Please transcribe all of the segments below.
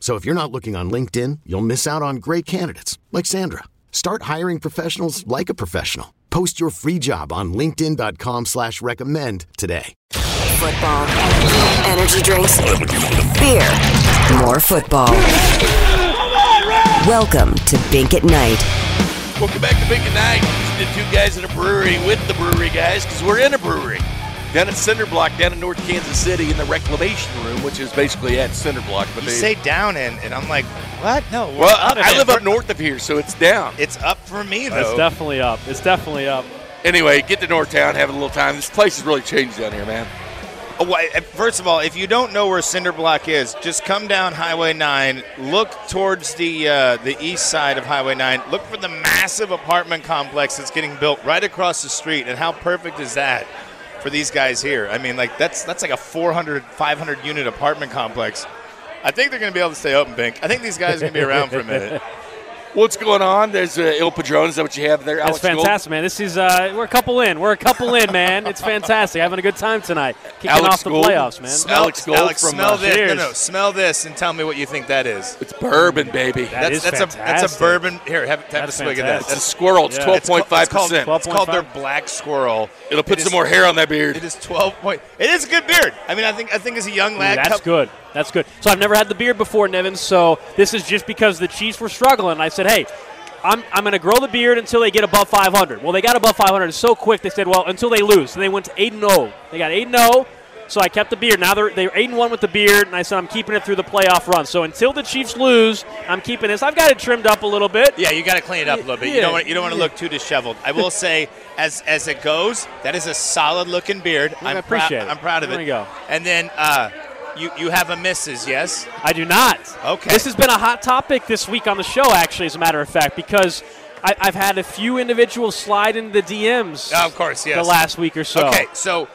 So if you're not looking on LinkedIn, you'll miss out on great candidates like Sandra. Start hiring professionals like a professional. Post your free job on linkedin.com slash recommend today. Football. Energy drinks. Beer. More football. Welcome to Bink at Night. Welcome back to Big and Night. It's the two guys in a brewery with the brewery guys because we're in a brewery down at Cinder Block down in North Kansas City in the reclamation room, which is basically at Cinder Block. But You they, say down in, and I'm like, what? No. we're well, up I, I in. live up north of here, so it's down. It's up for me It's though. definitely up. It's definitely up. Anyway, get to Northtown, have a little time. This place has really changed down here, man. Oh, why- uh, First of all, if you don't know where Cinder Block is, just come down Highway 9, look towards the uh, the east side of Highway 9, look for the massive apartment complex that's getting built right across the street. And how perfect is that for these guys here? I mean, like that's that's like a 400, 500 unit apartment complex. I think they're going to be able to stay open, Bink. I think these guys are going to be around for a minute. What's going on? There's uh, Il Padron. Is that what you have there? That's Alex Gold? fantastic, man. This is uh, we're a couple in. We're a couple in, man. It's fantastic. Having a good time tonight. Kicking Alex off the Gold. playoffs, man. Smell- Alex Gold Alex, from, smell uh, this. Cheers. No, no, smell this and tell me what you think that is. It's bourbon, baby. That That's is that's a that's a fantastic. bourbon. Here, have, have a That's swig of fantastic. That's a this. squirrel. It's Yeah. twelve point five It's called- percent. It's called their 12.5. black squirrel. It'll put It some is- more hair on that beard. It is twelve point. It is a good beard. I mean, I think I think as a young Ooh, lad, that's cup- good. That's good. So I've never had the beard before, Nevin. So this is just because the Chiefs were struggling. I said, hey, I'm, I'm going to grow the beard until they get above 500. Well, they got above 500 so quick. They said, well, until they lose. So they went to 8 and 0. They got 8 and 0. So I kept the beard. Now they're they're eight and one with the beard, and I said I'm keeping it through the playoff run. So until the Chiefs lose, I'm keeping this. I've got it trimmed up a little bit. Yeah, you got to clean it up a little bit. You Yeah. don't want you don't want to look too disheveled. I will say, as as it goes, that is a solid looking beard. I I'm appreciate proud. it. I'm proud of There it. we go. And then uh, you you have a missus, yes? I do not. Okay. This has been a hot topic this week on the show, actually, as a matter of fact, because I, I've had a few individuals slide into the DMs. Oh, of course, yes. The last week or so. Okay, so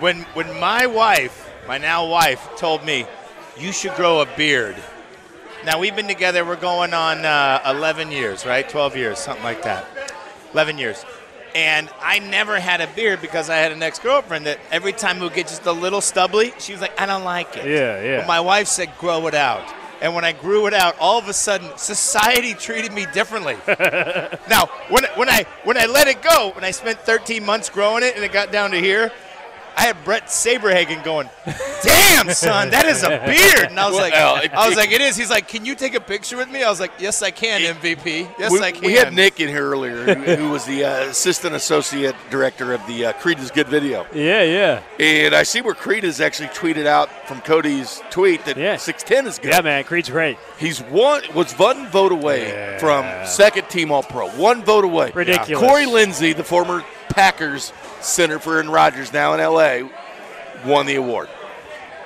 when when my wife, my now wife, told me you should grow a beard. Now we've been together. We're going on uh, 11 years, right? 12 years, something like that. 11 years. And I never had a beard because I had an ex-girlfriend that every time we would get just a little stubbly, she was like, "I don't like it." Yeah, yeah. But my wife said, "Grow it out." And when I grew it out, all of a sudden, society treated me differently. Now, when when I when I let it go, when I spent 13 months growing it and it got down to here, I had Brett Saberhagen going, "Damn, son, that is a beard." And I was like, Well, it- I was like, "It is." He's like, "Can you take a picture with me?" I was like, "Yes, I can, MVP. Yes, we, I can." we had Nick in here earlier, who, who was the uh, assistant associate director of the uh, Creed is Good video. Yeah, yeah. And I see where Creed has actually tweeted out from Cody's tweet that Yeah. 610 is good. Yeah, man. Creed's great. He's one was one vote away from second team All Pro. One vote away. Ridiculous. Corey Lindsey, the former Packers center for Aaron Rodgers, now in LA, won the award.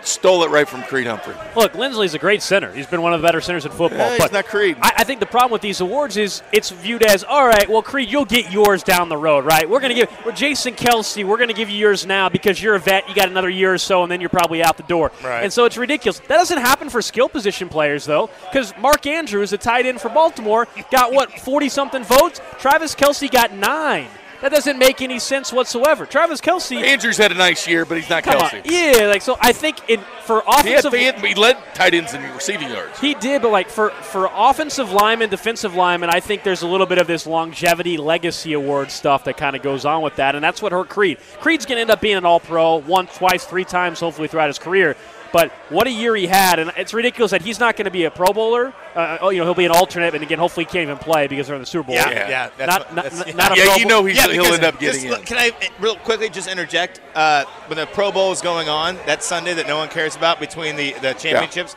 Stole it right from Creed Humphrey. Look, Lindsley's a great center. He's been one of the better centers in football. Yeah, he's but not Creed. I, I think the problem with these awards is it's viewed as all right. Well, Creed, you'll get yours down the road, right? We're gonna give well, Jason Kelsey. We're gonna give you yours now because you're a vet. You got another year or so, and then you're probably out the door. Right. And so it's ridiculous. That doesn't happen for skill position players though, because Mark Andrews, the tight end for Baltimore, got what 40 something votes. Travis Kelsey got nine. That doesn't make any sense whatsoever. Travis Kelsey. Andrews had a nice year, but he's not Come Kelsey. on. Yeah, like so. I think in for He, had, offensive he, had- he led tight ends in receiving yards. he did, but like for for offensive lineman, defensive lineman, I think there's a little bit of this longevity legacy award stuff that kind of goes on with that, and that's what hurt Creed. Creed's gonna end up being an All Pro once, twice, three times, hopefully throughout his career. But what a year he had, and it's ridiculous that he's not going to be a Pro Bowler. Uh, oh, you know, he'll be an alternate, and again, hopefully, he can't even play because they're in the Super Bowl. Yeah, Yeah. yeah. that's Not- what- not- that's- not a Yeah, Pro you Bowl- know he's, Yeah, he'll because end up just getting look- in. Can I uh, real quickly just interject? Uh, when the Pro Bowl is going on that Sunday that no one cares about between the, the championships,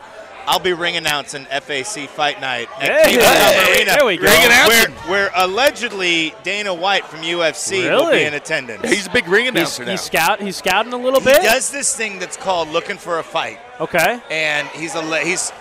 I'll be ring announcing FAC Fight Night at Hey, Cleveland Hub hey, Arena. there we go. Ring where, announcing. where allegedly Dana White from UFC will Really? be in attendance. He's a big ring He's, announcer now. he's scout. He's scouting a little he bit. does this thing that's called looking for a fight, Okay. and he's a le- he's.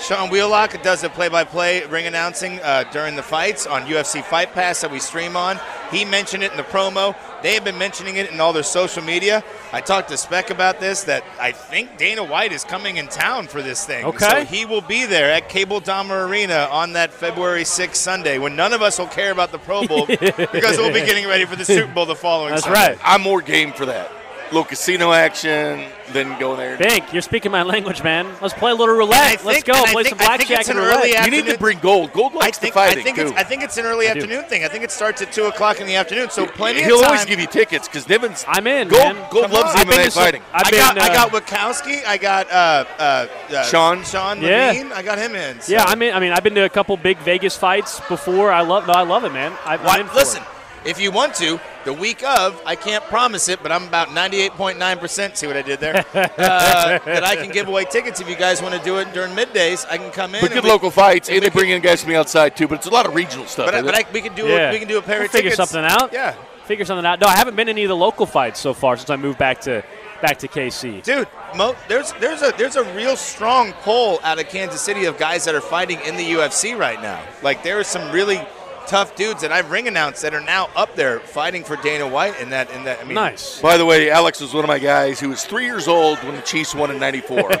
Sean Wheelock does the play-by-play ring announcing uh, during the fights on UFC Fight Pass that we stream on. He mentioned it in the promo. They have been mentioning it in all their social media. I talked to Speck about this. That I think Dana White is coming in town for this thing. Okay. so he will be there at Cable Dahmer Arena on that February 6th Sunday when none of us will care about the Pro Bowl because we'll be getting ready for the Super Bowl the following. That's Sunday. right. I'm more game for that. Little casino action, then go there. Bink, you're speaking my language, man. Let's play a little And roulette. I Let's think- go and I play think- some I think blackjack it's and an roulette. early You need to Afternoon- bring gold. Gold likes I think, the fighting I think too. it's I think it's an early do. afternoon thing. I think it starts at two o'clock in the afternoon, so plenty He'll of time. always give you tickets because Niven's. I'm in, Gold, man. gold Come loves on. the I've been MMA to some- fighting. I've I been, got I uh, got Wachowski. I got uh, uh, uh, Sean. Sean Yeah. Levine. I got him in. so- Yeah, I mean, I mean, I've been to a couple big Vegas fights before. I love, no, I love it, man. I, Why- I'm in for listen, it. if you want to, the week of, I can't promise it, but I'm about 98.9 percent. See what I did there? uh, that I can give away tickets if you guys want to do it during middays. I can come in. But and good we- local fights, and we they can- bring in guys from the outside too. But it's a lot of regional stuff. But, I, isn't but it? I, we can do Yeah. we can do a pair We'll of figure tickets. something out. Yeah. Figure something out. No, I haven't been to any of the local fights so far since I moved back to back to KC. Dude, Mo, there's there's a there's a real strong pull out of Kansas City of guys that are fighting in the UFC right now. Like there are some really tough dudes that I've ring announced that are now up there fighting for Dana White in that in that. I mean, Nice. By the way, Alex was one of my guys who was three years old when the Chiefs won in '94.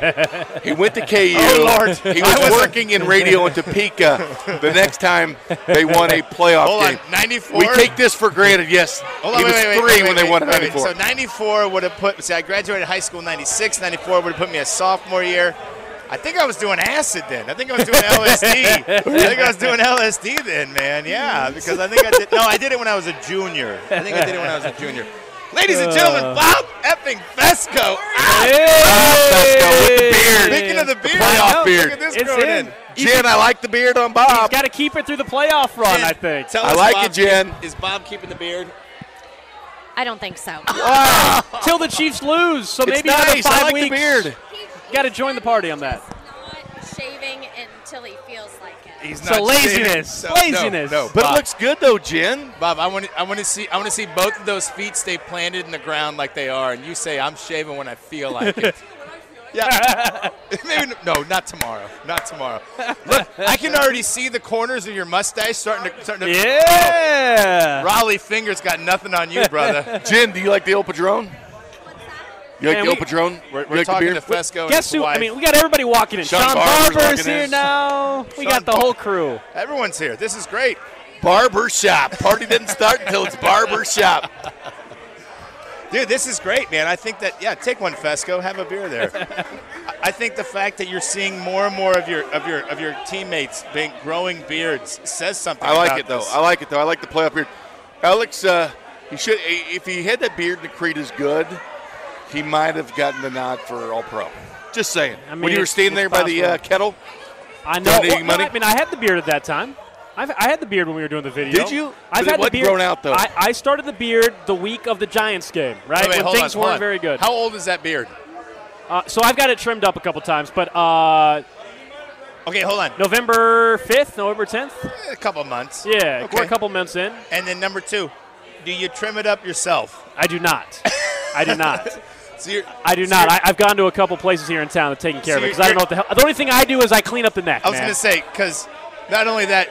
he went to KU. Oh, Lord. He I was was- working in radio in Topeka. The next time they won a playoff Hold on, game, 94. we take this for granted. Yes, Hold on, he wait, was wait, wait, three wait, when wait, they won in wait, wait. '94. So 94 would have put. See, I graduated high school in 96. 94 would have put me a sophomore year. I think I was doing acid then. I think I was doing LSD. I think I was doing LSD then, man. Yeah, because I think I did. No, I did it when I was a junior. I think I did it when I was a junior. Ladies and Uh. gentlemen, Bob effing Fesco. out. with the beard. Speaking of the beard, playoff look beard. at this It's growing in. in. Jen, I like the beard on He's Bob. got to keep it through the playoff run, I think. Tell I us, like Bob, it, Jen. Is Bob keeping the beard? I don't think so. Till the Chiefs lose, so it's maybe another nice. five I like weeks. the beard. Gotta join the party on that. Not shaving until he feels like it. He's So laziness, shaving, so- laziness. No, no. But Bob. it looks good though, Jen. Bob, I want to, I want to see I want to see both of those feet stay planted in the ground like they are, and you say I'm shaving when I feel like it. yeah, maybe no, not tomorrow, not tomorrow. Look, I can already see the corners of your mustache starting to starting to. Yeah. Raleigh fingers got nothing on you, brother. Jen, do you like the old Padron? You like Man, the old we- Padron? We're, You we're like the talking beard? to Fesco. and his Guess who? wife. I mean, we got everybody walking in. Sean Sean Barber's Barber's walking in. here now. We Sean got the Bar- whole crew. everyone's here. This is great. Barber shop. Party didn't start until it's barber shop. Dude, this is great, man. I think that yeah, take one Fesco, have a beer there. I- I think the fact that you're seeing more and more of your of your of your teammates being growing beards says something. I like about it though. this. I like it though. I like the playoff beard. Alex, uh, he should if he had that beard and the creed is good, he might have gotten the nod for All Pro. Just saying. I mean, when you were it's- standing it's there by the possible. uh, kettle, I know. Donating Well, money? No, I mean, I had the beard at that time. I've, I had the beard when we were doing the video. Did you? I've But it had the wasn't beard. grown out, though. I, I started the beard the week of the Giants game, right? Wait, wait, when hold things on, hold weren't on. very good. How old is that beard? Uh, so I've got it trimmed up a couple times, but uh, Okay, hold on. November 5th, November 10th? A couple months. Yeah, Okay. we're a couple months in. And then number two, do you trim it up yourself? I do not. I do not. So you're, I do so not. you're- I, I've gone to a couple places here in town that's taking care So of it because you're- I don't know what the hell. The only thing I do is I clean up the neck. I was man. gonna say because not only that,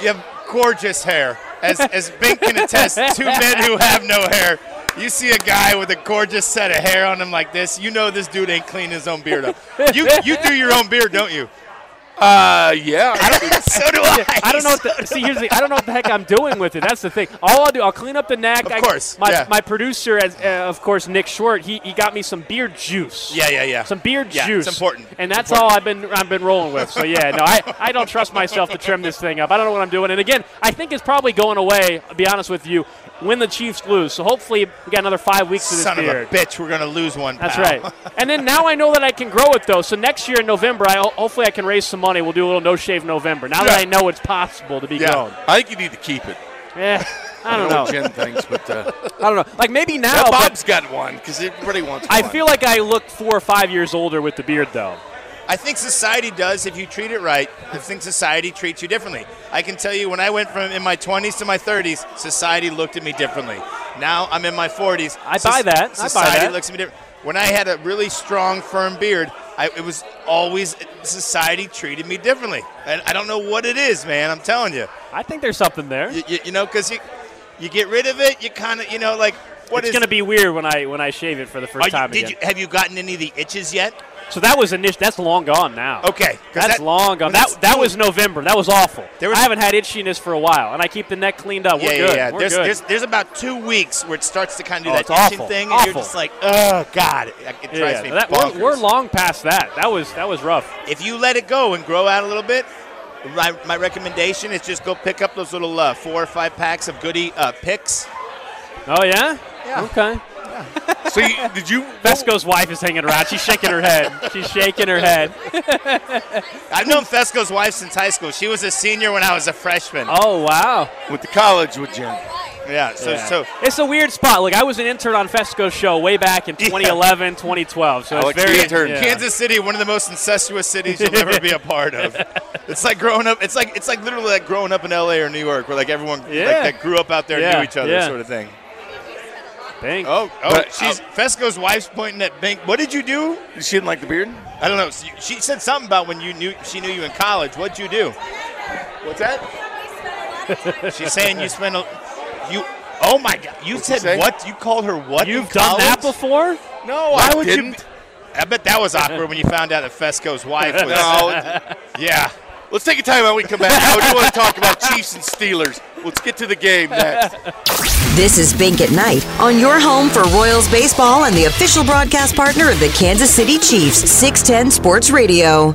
you have gorgeous hair, as as Bink can attest. Two men who have no hair. You see a guy with a gorgeous set of hair on him like this, you know this dude ain't cleaning his own beard up. You you do your own beard, don't you? uh, yeah, I don't, so do I. I don't know. What the, see, here's the. I don't know what the heck I'm doing with it. That's the thing. All I'll do, I'll clean up the neck. Of I- course, my yeah. my producer, as uh, of course Nick Short, he, he got me some beard juice. Yeah, yeah, yeah. Some beard Yeah, juice. it's important. And that's Important. all I've been I've been rolling with. So yeah, no, I, I don't trust myself to trim this thing up. I don't know what I'm doing. And again, I think it's probably going away. I'll be honest with you. win the Chiefs lose. So hopefully we got another five weeks of this Son of beard. a bitch, we're gonna lose one. That's pal. right. And then now I know that I can grow it though. So next year in November, I ho- hopefully I can raise some money. We'll do a little no shave November. Now that Yeah. I know it's possible to be Yeah, grown. I think you need to keep it. Eh, I don't know. Jen thinks, but uh, I don't know. Like maybe now, yeah, but Bob's got one because everybody wants. I one. feel like I look four or five years older with the beard though. I think society does if you treat it right. I think society treats you differently. I can tell you when I went from in my 20s to my 30s, society looked at me differently. Now I'm in my 40s. I buy that. I buy Society that. looks at me different. When I had a really strong, firm beard, I, it was always society treated me differently. And I don't know what it is, man. I'm telling you. I think there's something there. You, you, you know, because you, you get rid of it, you kind of, you know, like what it's is gonna be weird when I when I shave it for the first Are you- time did again. you, have you gotten any of the itches yet? so that was initial. That's long gone now. Okay, 'cause that's that- long gone. when I That that was- was November. That was awful. There was- I haven't had itchiness for a while, and I keep the neck cleaned up. Yeah, We're yeah, good. yeah. We're There's, good. there's there's about two weeks where it starts to kind of do Oh, that it's itching awful. thing, and you're Awful. just like, oh god, it, it drives yeah, me yeah. That- we're, bonkers. we're long past that. That was that was rough. if you let it go and grow out a little bit, my, my recommendation is just go pick up those little uh, four or five packs of goody uh, picks. Oh yeah. Yeah. Okay. So you, did you? Fesco's wife is hanging around. She's shaking her head. She's shaking her head. I've known Fesco's wife since high school. She was a senior when I was a freshman. Oh wow. with the college with Jen. Yeah, so Yeah. so it's a weird spot. Look, I was an intern on Fesco's show way back in 2011, 2012. So I it's like very the intern. yeah. Kansas City, one of the most incestuous cities you'll ever be a part of. It's like growing up. It's like it's like literally like growing up in L.A. or New York, where like everyone Yeah. like, that grew up out there Yeah, knew each other, yeah. uh, sort of thing. Thanks. Oh, oh, But- uh, she's Fesco's wife's pointing at Bink. What did you do? She didn't like the beard. I don't know. She, she said something about when you knew she knew you in college. What'd you do? What's that? she's saying you spent a you. Oh my God! You she say? said what? You called her what? in You've done that college? before? No, I I would you? didn't. I bet that was awkward when you found out that Fesco's wife was. No. Yeah. Let's take a time out. when We come back. I do want to talk about Chiefs and Steelers. Let's get to the game next. This is Bink at Night on your home for Royals baseball and the official broadcast partner of the Kansas City Chiefs, 610 Sports Radio.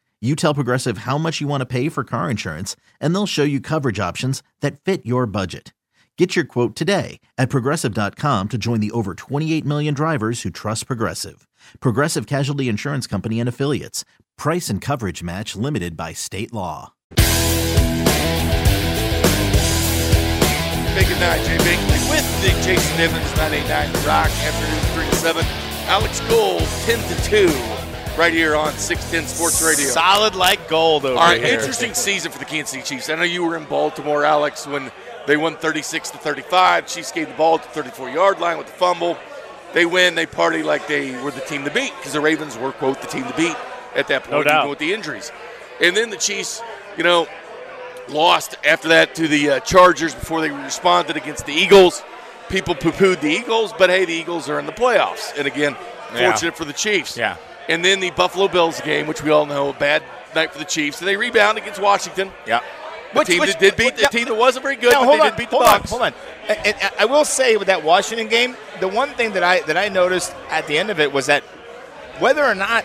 You tell Progressive how much you want to pay for car insurance, and they'll show you coverage options that fit your budget. Get your quote today at progressive.com to join the over 28 million drivers who trust Progressive. Progressive Casualty Insurance Company and Affiliates. Price and coverage match limited by state law. Big and Nine, Jay Binkley with the Jason Evans, 989 The Rock, afternoon 3 to 7. Alex Gold, 10 to 2, right here on 610 Sports Radio. Solid like gold over All right, here. interesting season for the Kansas City Chiefs. I know you were in Baltimore, Alex, when they won 36 to 35. Chiefs gave the ball to the 34-yard line with the fumble. They win. They party like they were the team to beat because the Ravens were quote the team to beat at that point, doubt. even with the injuries. And then the Chiefs, you know, lost after that to the uh, Chargers before they responded against the Eagles. People poo-pooed the Eagles, but hey, the Eagles are in the playoffs, and again, Yeah. fortunate for the Chiefs. Yeah. And then the Buffalo Bills game, which we all know, a bad night for the Chiefs. And they rebound against Washington. Yeah. The team that did beat the team that wasn't very good, Now, but hold they on, did beat the hold Bucks. On, hold on. And, and I will say with that Washington game, the one thing that I that I noticed at the end of it was that whether or not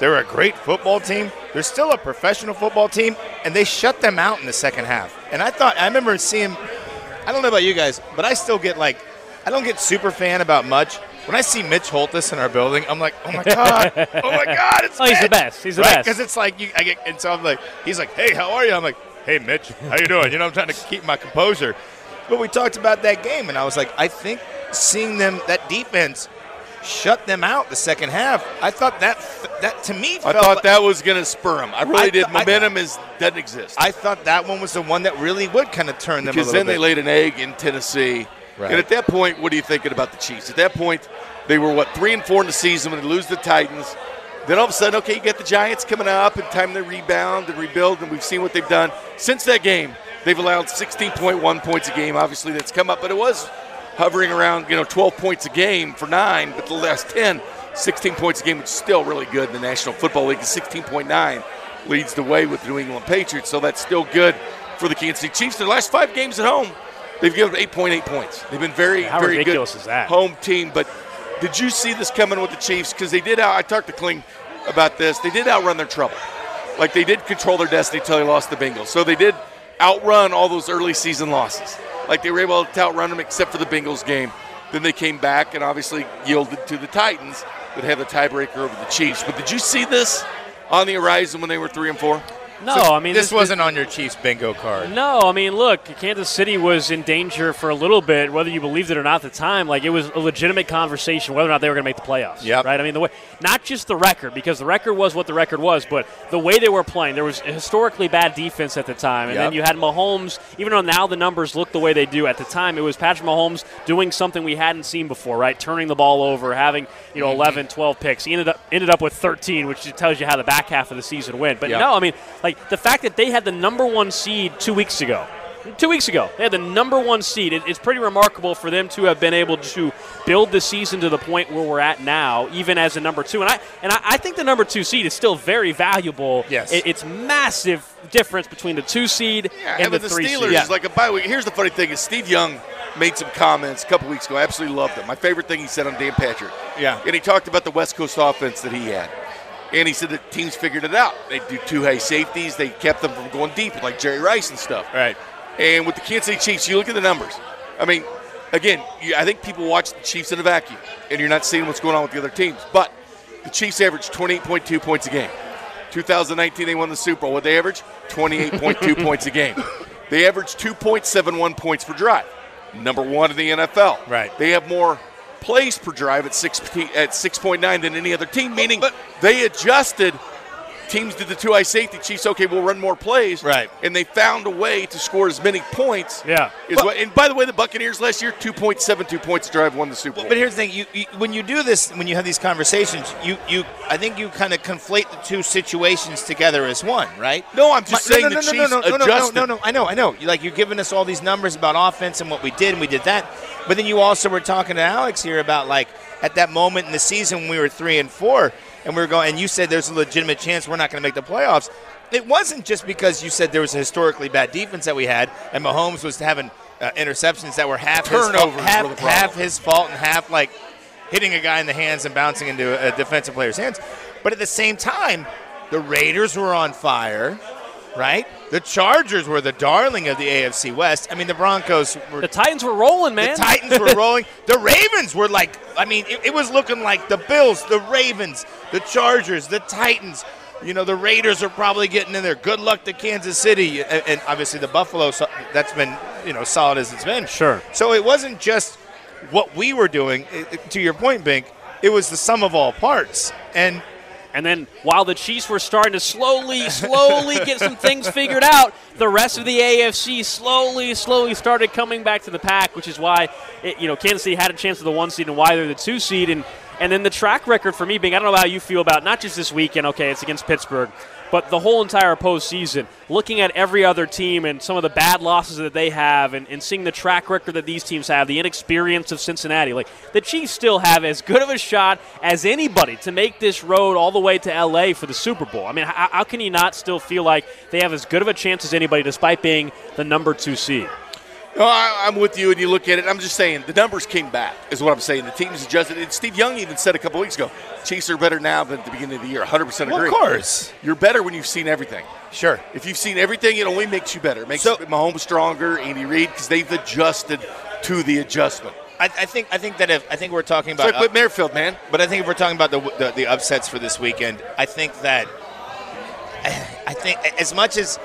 They're a great football team. They're still a professional football team, and they shut them out in the second half. And I thought, I remember seeing, I don't know about you guys, but I still get like, I don't get super fan about much. When I see Mitch Holtis in our building, I'm like, oh my God, oh my God, it's Oh, he's the Mitch." best. He's the Right? best. Because it's like, you, I get, and so I'm like, he's like, hey, how are you? I'm like, hey, Mitch, how you doing? You know, I'm trying to keep my composure. But we talked about that game, and I was like, I think seeing them, that defense, shut them out the second half. I thought that that to me I felt thought like- that was going to spur him. I really I did. th- I- Momentum is doesn't exist. I thought that one was the one that really would kind of turn them a because little then bit. they laid an egg in Tennessee. Right. And at that point, what are you thinking about the Chiefs? At that point, they were what three and four in the season when they lose the Titans. Then all of a sudden, okay, you got the Giants coming up, and time they rebound and rebuild, and we've seen what they've done since that game. They've allowed 16.1 points a game. Obviously, that's come up, but it was hovering around you know 12 points a game for nine, but the last 10, 16 points a game, which is still really good in the National Football League. 16.9 leads the way with the New England Patriots, so that's still good for the Kansas City Chiefs. Their last five games at home, they've given up 8.8 points. They've been very, How very ridiculous good is that? home team. But did you see this coming with the Chiefs? Because they did. Out, I talked to Kling about this. They did outrun their trouble. Like they did control their destiny until they lost the Bengals. So they did outrun all those early season losses. Like they were able to outrun them, except for the Bengals game. Then they came back and obviously yielded to the Titans that had the tiebreaker over the Chiefs. But did you see this on the horizon when they were three and four? No, I mean this, wasn't on your Chiefs bingo card. No, I mean, look, Kansas City was in danger for a little bit, whether you believed it or not at the time. Like, it was a legitimate conversation whether or not they were going to make the playoffs. Yep. Right? I mean, the way, not just the record, because the record was what the record was, but the way they were playing. There was a historically bad defense at the time. And then Yep. you had Mahomes, even though now the numbers look the way they do at the time, it was Patrick Mahomes doing something we hadn't seen before, right? Turning the ball over, having, you Mm-hmm. know, 11, 12 picks. He ended up, ended up with 13, which just tells you how the back half of the season went. But Yep. no, I mean, like the fact that they had the number one seed two weeks ago. Two weeks ago, they had the number one seed. It- it's pretty remarkable for them to have been able to build the season to the point where we're at now, even as a number two. And I and I, I think the number two seed is still very valuable. Yes. It- it's massive difference between the two seed Yeah, and having the, the, three Steelers seed. Yeah. is like a bye week. Here's the funny thing: is Steve Young made some comments a couple weeks ago. I absolutely loved them. My favorite thing he said on Dan Patrick. Yeah. and he talked about the West Coast offense that he had, and he said that teams figured it out. They do two high safeties. They kept them from going deep, like Jerry Rice and stuff. Right. And with the Kansas City Chiefs, you look at the numbers. I mean, again, you, I think people watch the Chiefs in a vacuum, and you're not seeing what's going on with the other teams. But the Chiefs averaged 28.2 points a game. 2019, they won the Super Bowl. What they average? 28.2 points a game. They averaged 2.71 points per drive, number one in the NFL. Right. They have more plays per drive at six at 6.9 than any other team. Meaning, they adjusted teams did the two eye safety. Chiefs, okay, we'll run more plays. Right. And they found a way to score as many points. Yeah. Is what, and by the way, the Buccaneers last year, 2.72 points to drive, won the Super Bowl. But here's the thing: you, you when you do this, when you have these conversations, you you I think you kind of conflate the two situations together as one, right? No, I'm just My- saying no, no, the no, no, Chiefs no, no, adjusted. No, no, no, I know, I know. You- Like you're giving us all these numbers about offense and what we did and we did that, but then you also were talking to Alex here about like at that moment in the season when we were three and four and we were going, and you said there's a legitimate chance we're not going to make the playoffs. It wasn't just because you said there was a historically bad defense that we had, and Mahomes was having uh, interceptions that were half his, Turnovers fault- half, were the problem. half his fault and half like hitting a guy in the hands and bouncing into a defensive player's hands. But at the same time, the Raiders were on fire, right? The Chargers were the darling of the AFC West. I mean, the Broncos were the Titans were rolling, man. the Titans were rolling. The Ravens were like, I mean, it, it was looking like the Bills, the Ravens, the Chargers, the Titans. You know, the Raiders are probably getting in there. Good luck to Kansas City, and, and obviously the Buffalo. So that's been you know solid as it's been. Sure. So it wasn't just what we were doing. i- i- to your point, Bink, it was the sum of all parts. And And then while the Chiefs were starting to slowly, slowly get some things figured out, the rest of the AFC slowly, slowly started coming back to the pack, which is why it, you know Kansas City had a chance of the one seed and why they're the two seed. And and then the track record for me being, I don't know how you feel about not just this weekend. Okay, it's against Pittsburgh. But the whole entire postseason, looking at every other team and some of the bad losses that they have, and, and seeing the track record that these teams have, the inexperience of Cincinnati, like the Chiefs still have as good of a shot as anybody to make this road all the way to LA for the Super Bowl. I mean, how, how can you not still feel like they have as good of a chance as anybody despite being the number two seed? No, I, I'm with you, and you look at it. I'm just saying the numbers came back, is what I'm saying. The team's adjusted. And Steve Young even said a couple weeks ago, Chiefs are better now than at the beginning of the year. 100% agree. Well, of course. You're better when you've seen everything. Sure. If you've seen everything, it only makes you better. It makes So- Mahomes stronger, Andy Reid, because they've adjusted to the adjustment. I, I think I think that if I think we're talking It's about like Whit Merrifield, man. But I think if we're talking about the, the the upsets for this weekend, I think that I think as much as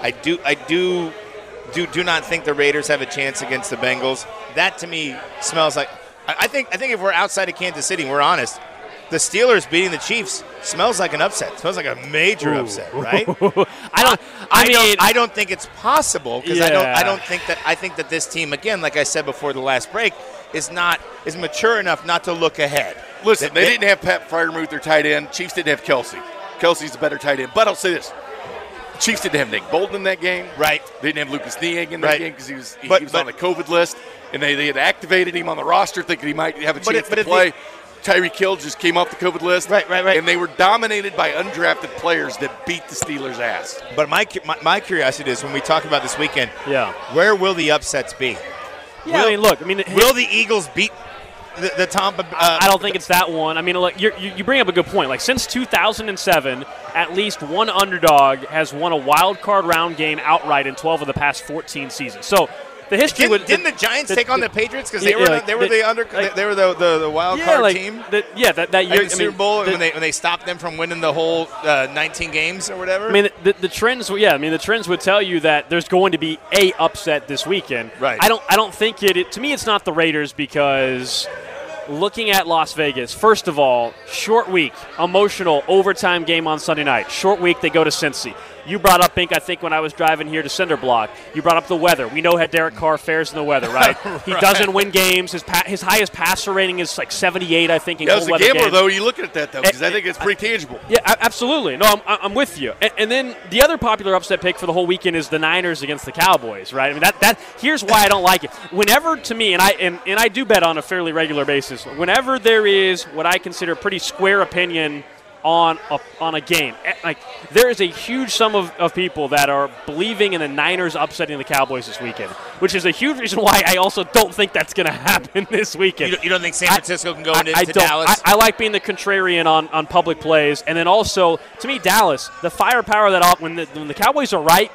I do I do do do not think the Raiders have a chance against the Bengals. That to me smells like I, I think I think if we're outside of Kansas City, and we're honest. The Steelers beating the Chiefs smells like an upset. Smells like a major upset, right? I don't. I, mean, don't, I don't think it's possible because I don't. Yeah. I don't think that. I think that this team, again, like I said before the last break, is not is mature enough not to look ahead. Listen, they, They- didn't have Pat Fryermuth, their tight end. Chiefs didn't have Kelsey. Kelsey's a better tight end. But I'll say this. Chiefs didn't have Nick Bolton in that game. Right. They didn't have Lucas Niang in that Right. game because he was, he, But- he was but- on the COVID list, and they, they had activated him on the roster thinking he might have a But chance it- but to it- play. Tyree Kill just came off the COVID list. Right, right, right. And they were dominated by undrafted players that beat the Steelers' ass. But my, cu- my my curiosity is when we talk about this weekend, Yeah. where will the upsets be? yeah, I mean, look. I mean, Will the Eagles beat the, the Tampa? Uh, I don't think it's that one. I mean, look, you're, you you bring up a good point. Like since 2007, at least one underdog has won a wild card round game outright in 12 of the past 14 seasons. So the history Didn't, would didn't the Giants take on the Patriots because they yeah, were like, the, they were they- the under like- they were the the, the wild yeah, card like, team the- yeah, that that in year the Super Bowl the- when they when they stopped them from winning the whole uh, 19 games or whatever. I mean, the, the trends. Yeah, I mean, the trends would tell you that there's going to be a upset this weekend. Right. I don't. I don't think it. it to me, it's not the Raiders because looking at Las Vegas. First of all, short week, emotional overtime game on Sunday night. Short week, they go to Cincy. You brought up Ink, I think, when I was driving here to Cinder Block. You brought up the weather. We know how Derek Carr fares in the weather, right? He doesn't win games. His pa- his highest passer rating is like 78, I think, in That cold was a weather gambler, games. though. You looking at that, though, because Eh, I think it's pretty tangible. Yeah, a- absolutely. No, I'm, I'm with you. And, and then the other popular upset pick for the whole weekend is the Niners against the Cowboys, right? I mean, that, that here's why I don't like it. Whenever to me, and I and, and I do bet on a fairly regular basis. Whenever there is what I consider pretty square opinion on a, on a game, eh, like there is a huge sum of, of people that are believing in the Niners upsetting the Cowboys this weekend, which is a huge reason why I also don't think that's going to happen this weekend. you, don't- you don't think San I- Francisco can go I- into I to don't. Dallas? I, I like being the contrarian on, on public plays, and then also to me, Dallas, the firepower that off when the, when the Cowboys are right,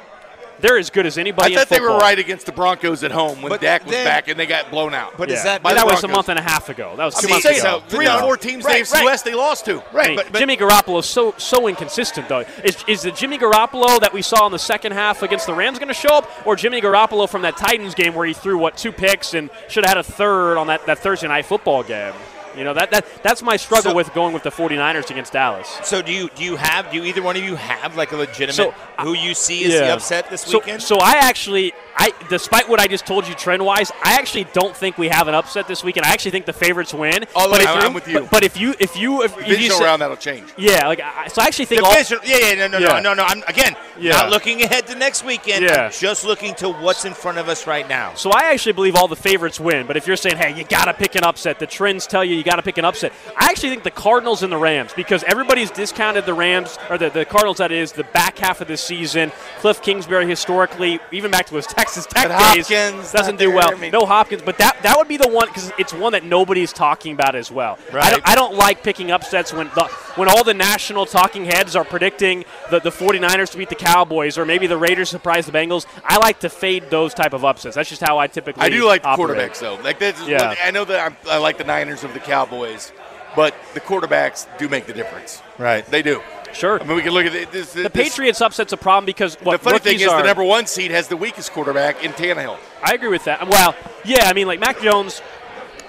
they're as good as I anybody. in thought they were football. right against the Broncos at home when But Dak was then- back and they got blown out. But Yeah. is that by But the that was a Broncos? month and a half ago. That was two I'm months saying, ago. so three or No. four teams Right, in the AFC right. West they lost to. I mean, right? But, but Jimmy Garoppolo is so so inconsistent though. Is, is the Jimmy Garoppolo that we saw in the second half against the Rams going to show up, or Jimmy Garoppolo from that Titans game where he threw what two picks and should have had a third on that, that Thursday night football game? You know that, that that's my struggle So- with going with the 49ers against Dallas. so do you do you have do you, either one of you have like a legitimate So, who you see as the upset this so, weekend? So I actually, I despite what I just told you trend wise, I actually don't think we have an upset this weekend. I actually think the favorites win. Oh, All but the if way you- I'm with you. But, but if you, if you, if, if you Divisional say- round, that'll change. yeah, like I, so I actually think all, Division, yeah, yeah, no, no, Yeah. no, no, no. I'm again Yeah. not looking ahead to next weekend. Yeah. I'm just looking to what's in front of us right now. So I actually believe all the favorites win, but if you're saying, hey, you got to pick an upset, the trends tell you you got to pick an upset. I actually think the Cardinals and the Rams, because everybody's discounted the Rams, or the, the Cardinals, that is, the back half of this season. Cliff Kingsbury, historically, even back to his Texas Tech But days, Hopkins not doesn't do there, well. I mean- no Hopkins, but that, that would be the one, because it's one that nobody's talking about as well. I, Right. don't, I don't like picking upsets when the, when all the national talking heads are predicting the, the 49ers to beat the Cowboys or maybe the Raiders surprise the Bengals. I like to fade those type of upsets. That's just how I typically I do like the operate. quarterbacks though. Like that's is Yeah. what, I know that I'm, I like the Niners of the Cowboys, but the quarterbacks do make the difference. Right. They do. Sure. I mean, we can look at it. This, the this- Patriots upset's a problem because what The funny thing rookies is, are, the number one seed has the weakest quarterback in Tannehill. I agree with that. Um, Well, yeah, I mean, like Mac Jones,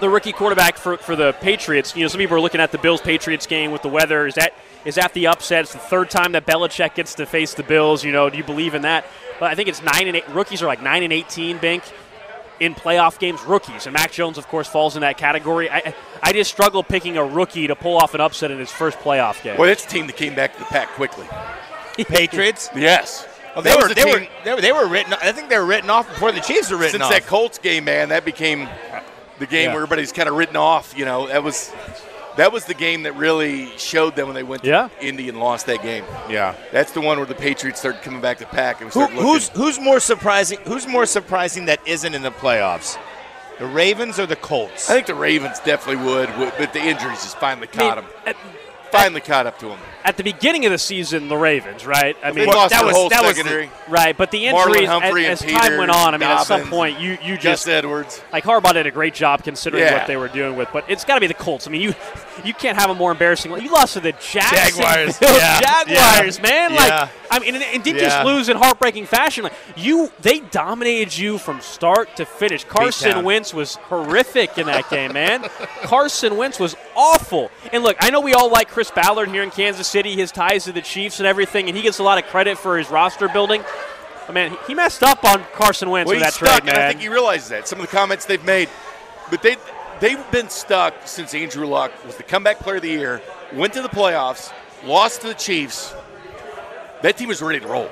the rookie quarterback for, for the Patriots. You know, some people are looking at the Bills Patriots game with the weather. Is that is that the upset? It's the third time that Belichick gets to face the Bills. You know, do you believe in that? But I think it's nine and eight. Rookies are like nine and eighteen. Bink in playoff games, rookies, and Mac Jones, of course, falls in that category. I I- I just struggle picking a rookie to pull off an upset in his first playoff game. Well, it's a team that came back to the pack quickly. Patriots. Yes. Oh, they, were, they, were, they were they were written. I think they were written off before the Chiefs were written since off. that Colts game, man. That became the game Yeah. where everybody's kind of written off. You know, that was That was the game that really showed them when they went to Yeah. Indy and lost that game. Yeah. That's the one where the Patriots started coming back to pack and we Who, started looking. who's who's more surprising? Who's more surprising that isn't in the playoffs? The Ravens or the Colts? I think the Ravens definitely would, would but the injuries just finally I mean, uh, caught them. at, Finally caught up to them. at the beginning of the season, the Ravens, right? I They lost their whole was secondary. right, but the Marlon injuries a- Humphrey and as time went Peters, on. I mean, at some Dobbins, point, you you just Gus Edwards. like Harbaugh did a great job considering Yeah. what they were doing with, but it's got to be the Colts. I mean, you you can't have a more embarrassing. You lost to the Jaguars, Jaguars. Yeah. Jaguars, Yeah. man. Yeah. Like I mean, and, and did Yeah. just lose in heartbreaking fashion. Like you, they dominated you from start to finish. Carson Beatdown. Wentz was horrific in that game, man. Carson Wentz was awful. And look, I know we all like Chris Ballard here in Kansas City, his ties to the Chiefs and everything, and he gets a lot of credit for his roster building. But man, he- he messed up on Carson Wentz Well, with that he's stuck, trade, man. and I think he realizes that. Some of the comments they've made, but they they've been stuck since Andrew Luck was the comeback player of the year, went to the playoffs, lost to the Chiefs. That team was ready to roll.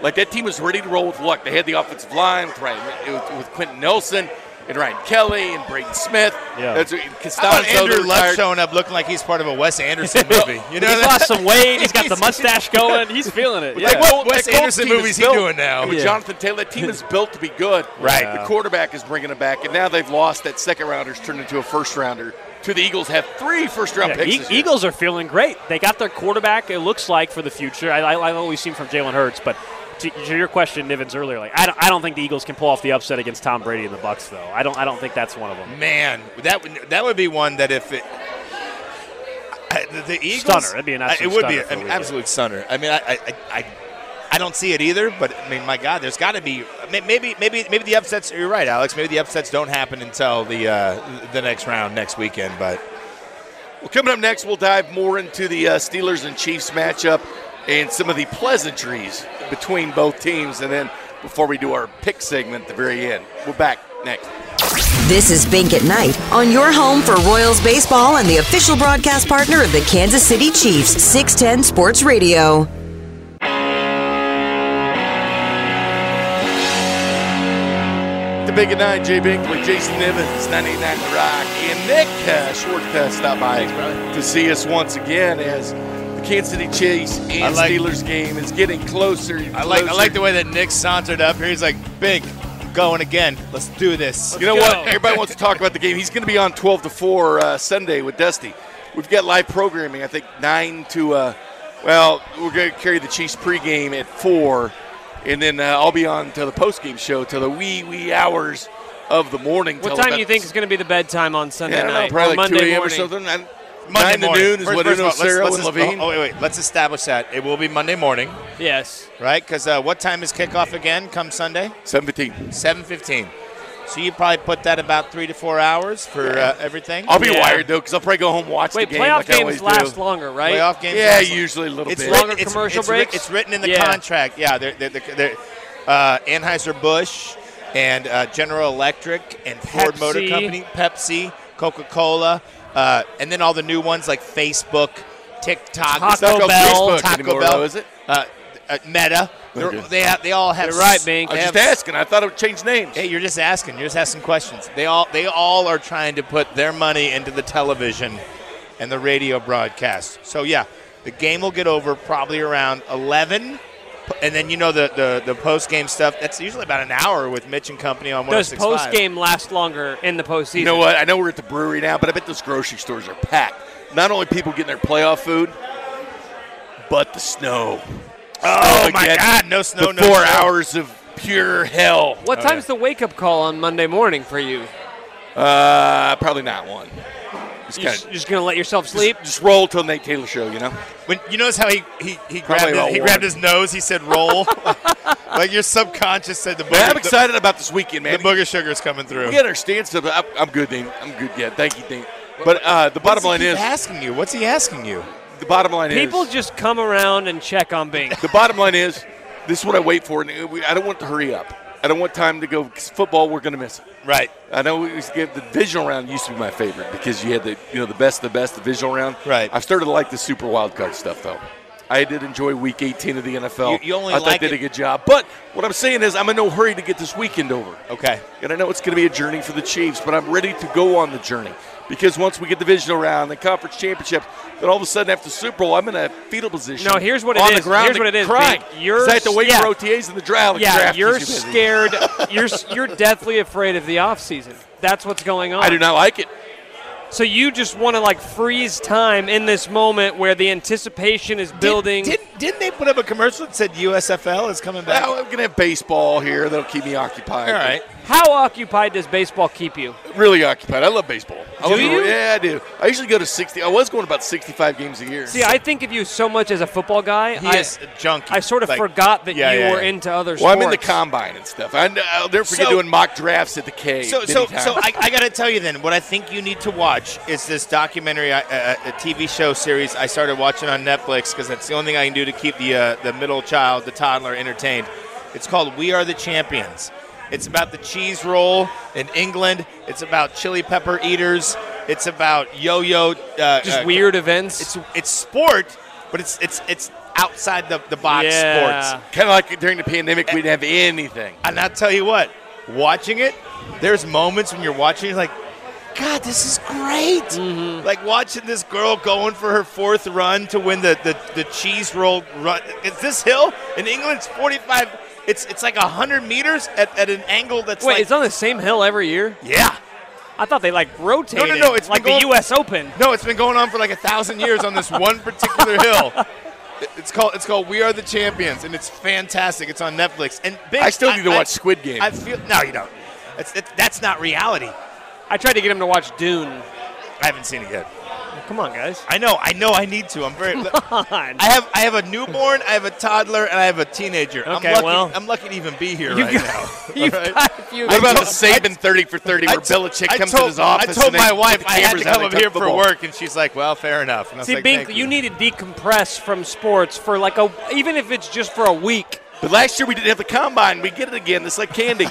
Like that team was ready to roll with Luck. They had the offensive line with Ryan, with, with Quentin Nelson and Ryan Kelly and Braden Smith. Yeah. That's what How about Costanzo, Andrew they're Luck retired. showing up looking like he's part of a Wes Anderson movie? You know, he's that- lost some weight. He's got the mustache going. He's feeling it. Like, yeah. what- Col- Wes that Colts Anderson team movie is is he built- doing now? and with Yeah. Jonathan Taylor, that team is built to be good. Right. The quarterback is bringing it back, and now they've lost that second rounder's turned into a first rounder. To the Eagles have three first round Yeah, picks. E- this year. Eagles are feeling great. They got their quarterback. It looks like for the future. I, I, I've always seen from Jalen Hurts, but to, to your question, Nivens earlier, like I don't, I don't think the Eagles can pull off the upset against Tom Brady and the Bucks, though. I don't, I don't think that's one of them. Man, that would that would be one that if it. I- the- The Eagles, Stunner. That'd be an I- absolute It would be stunner for the an weekend. absolute stunner. I mean, I, I, I- I, I don't see it either. But I mean, my God, there's got to be may- maybe, maybe, maybe the upsets. You're right, Alex. Maybe the upsets don't happen until the uh, the next round next weekend. But Well, coming up next, we'll dive more into the uh, Steelers and Chiefs matchup and some of the pleasantries between both teams. And then before we do our pick segment at the very end, we're back next. This is Bink at Night on your home for Royals baseball and the official broadcast partner of the Kansas City Chiefs, 610 Sports Radio. The Big at Nine, Jay Binkley, Jason Nivens, 99 The Rock, and Nick uh, Short uh, stopped by to see us once again as the Kansas City Chiefs I and like- Steelers game is getting closer. and I like I closer. like the way that Nick sauntered up here. He's like, "Big, I'm going again. Let's do this." You know what? Everybody wants to talk about the game. He's going to be on 12 to 4 uh, Sunday with Dusty. We've got live programming, I think, 9 to, uh, well, we're going to carry the Chiefs pregame at 4, and then uh, I'll be on to the postgame show till the wee, wee hours of the morning. What till time about- do you think is going to be the bedtime on Sunday Yeah, I don't night? know, probably or like 2 Monday a.m. or morning? something. I- Monday 9 morning. to noon is First- what first of Uno, all, let's- Sarah, let's and just- Levine. Oh, wait, wait. Let's establish that it will be Monday morning, Yes. right? Because uh, what time is kickoff again? Come Sunday, Oh, 715. seven fifteen. So you probably put that about three to four hours for uh, everything. I'll be Yeah. wired, though, because I'll probably go home watch Wait, the game. playoff like I always games last do. longer, right? Playoff games. Yeah, last- usually a little it's bit. writ- Longer it's- commercial it's writ- breaks? It's written in the Yeah. contract. Yeah, they're, they're, they're, they're, uh, Anheuser Busch and uh, General Electric and Ford Motor Pepsi. Company, Pepsi, Coca Cola, uh, and then all the new ones like Facebook, TikTok, Taco it's not called Bell. Facebook Taco anymore, Bell. though, is it? Uh, uh, Meta. They're- Okay. They have, they all have. You're right, s- Bink. I they was just have s- asking. I thought it would change names. Hey, you're just asking. You're just asking questions. They all they all are trying to put their money into the television and the radio broadcast. So yeah, the game will get over probably around 11, and then you know the the, the post game stuff. That's usually about an hour with Mitch and company on Does 106.5. post game last longer in the postseason? You know what? I know we're at the brewery now, but I bet those grocery stores are packed. Not only people getting their playoff food, but the snow. Oh Snow my again. God! No snow, the no four snow. hours of pure hell. What time's the wake up call on Monday morning for you? Uh, probably not one. Just You kind s- You're just going to let yourself sleep? Just roll till Nate Taylor show. You know. When you notice how he he, he grabbed his, about he one. grabbed his nose. He said roll. like your subconscious said the Man, I'm booger, the, excited about this weekend, the man. booger sugar's coming through. we got our stance up. I'm, I'm good, Dean. I'm good. Yeah, thank you, Dean. But uh, the bottom What's line he is keep asking you. What's he asking you? the bottom line People is just come around and check on Bing. The bottom line is, this is what I wait for, and we, I don't want to hurry up. I don't want time to go. 'cause football, we're going to miss it. Right. I know we used to get the divisional round used to be my favorite because you had the you know the best of the best divisional round. Right. I've started to like the super wild card stuff though. I did enjoy week 18 of the NFL. You- you only I thought like they did it- a good job. But what I'm saying is I'm in no hurry to get this weekend over. Okay. And I know it's going to be a journey for the Chiefs, but I'm ready to go on the journey. Because once we get the divisional round, the conference championship, then all of a sudden after the Super Bowl, I'm in a fetal position. No, here's what it on is. the ground Here's what it is, Crying. Bink. You're 'Cause I have to wait s- for yeah. OTAs and the draft. yeah, draft you're is busy. scared. you're s- you're deathly afraid of the off season. That's what's going on. I do not like it. So you just want to like freeze time in this moment where the anticipation is building. Did, did, didn't they put up a commercial that said USFL is coming back? Now I'm gonna have baseball here. That'll keep me occupied. Oh, All right. How occupied does baseball keep you? really occupied. I love baseball. I Do was- you? Yeah, I do. I usually go to sixty. I was going about sixty-five games a year. See, I think of you so much as a football guy. He I, is a junkie. I sort of Like, forgot that yeah, you yeah, were yeah. into other well, sports. I'm in the combine and stuff. I, I'll never forget So- doing mock drafts at the K. So, many so, times. so I, I got to tell you then, what I think you need to watch is this documentary, uh, uh, a TV show series I started watching on Netflix because that's the only thing I can do to keep the uh, the middle child, the toddler, entertained. It's called We Are the Champions. It's about the cheese roll in England. It's about chili pepper eaters. It's about yo-yo. Uh, just uh, weird events. It's it's sport, but it's it's it's outside the the box Yeah. sports. kind of like during the pandemic, we didn't have anything. And I'll tell you what, watching it, there's moments when you're watching, you're like, God, this is great. Mm-hmm. Like watching this girl going for her fourth run to win the, the, the cheese roll run. Is this hill in England? It's 45. It's it's like 100 meters at, at an angle that's Wait, like. it's on the same hill every year. yeah. I thought they like rotated. no, it's like been the going- U.S. Open. No, it's been going on for like a thousand years on this one particular hill. It- It's called it's called We Are the Champions, and it's fantastic. It's on Netflix. And Big, I still need to watch Squid Game. I feel no, you don't. It's, it, that's not reality. I tried to get him to watch Dune. I haven't seen it yet. Come on, guys. I know, I know, I need to. I'm very. on. I have I have a newborn, I have a toddler, and I have a teenager. Okay, I'm lucky, well. I'm lucky to even be here You right got- now. you All right? got a few- What about I the told- Saban 30 for 30 where Belichick I comes told, to his office? I told and they my put wife the I had to cameras out come and up they here took the for ball. work, and she's like, "Well, fair enough." And I was See, like, Bink, "Thank you need to decompress from sports for like a even if it's just for a week. But last year we didn't have the combine. We get it again. It's like candy.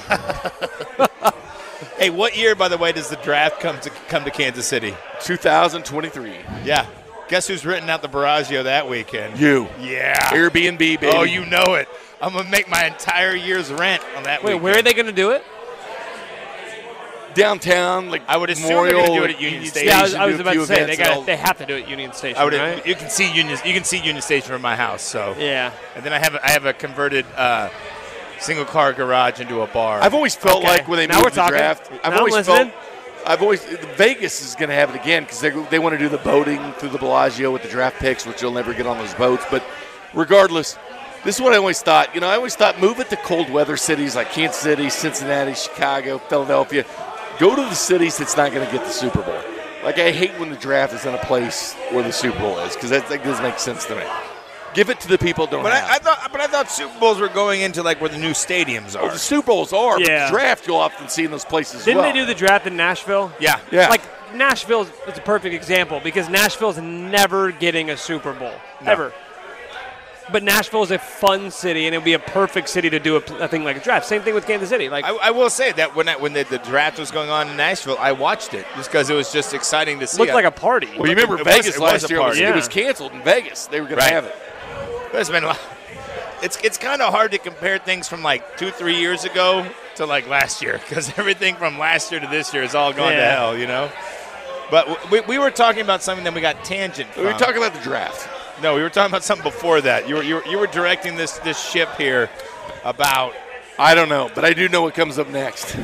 Hey, what year, by the way, does the draft come to come to Kansas City? 2023. Yeah. Guess who's written out the Barraggio that weekend? You. Yeah. Airbnb, baby. Oh, you know it. I'm gonna make my entire year's rent on that. Wait, weekend. where are they going to do it? Downtown, like I would assume they're gonna Memorial, do it at Union Station. yeah, I you was, should I do was a about few to say they events and got all- they have to do it at Union Station, I would. right? You can see Union. You can see Union Station from my house. So yeah. And then I have I have a converted uh, single car garage into a bar. I've always felt Okay. like when they Now moved we're the talking. draft, I've Now I'm always listening. felt. I've always Vegas is going to have it again because they they want to do the boating through the Bellagio with the draft picks, which you'll never get on those boats. But regardless, this is what I always thought. You know, I always thought move it to cold weather cities like Kansas City, Cincinnati, Chicago, Philadelphia. Go to the cities that's not going to get the Super Bowl. Like I hate when the draft is in a place where the Super Bowl is because that, that doesn't make sense to me. Give it to the people who don't but have. I, I thought but I thought Super Bowls were going into like where the new stadiums Oh, are. the Super Bowls are, but Yeah. the draft you'll often see in those places. as Didn't well. they do the draft in Nashville? Yeah. Yeah. Like Nashville is a perfect example because Nashville's never getting a Super Bowl ever. But Nashville is a fun city, and it would be a perfect city to do a, a thing like a draft. Same thing with Kansas City. Like I, I will say that when I, when the, the draft was going on in Nashville, I watched it just because it was just exciting to see. looked like a party. Well, you remember It was- Vegas it was last a year? It was, party. it was Yeah. canceled in Vegas. They were going Right. to have it. There's been a lot. It's it's kind of hard to compare things from like two three years ago to like last year because everything from last year to this year has all gone to Yeah. hell, you know. But w- we, we were talking about something that we got tangent. We were from. talking about the draft. No, we were talking about something before that. You were you were, you were directing this this ship here about I don't know, but I do know what comes up next.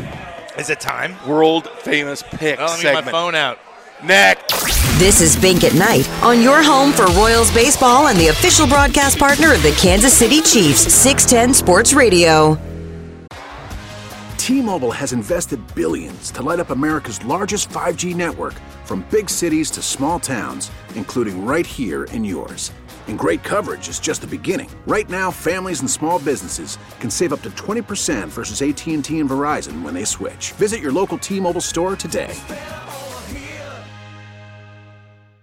is it time? World famous picks Oh, let me get segment. my phone out. Next. This is Bink at Night on your home for Royals baseball and the official broadcast partner of the Kansas City Chiefs, 610 Sports Radio. T-Mobile has invested billions to light up America's largest 5G network from big cities to small towns, including right here in yours. And great coverage is just the beginning. Right now, families and small businesses can save up to 20% versus AT&T and Verizon when they switch. Visit your local T-Mobile store today.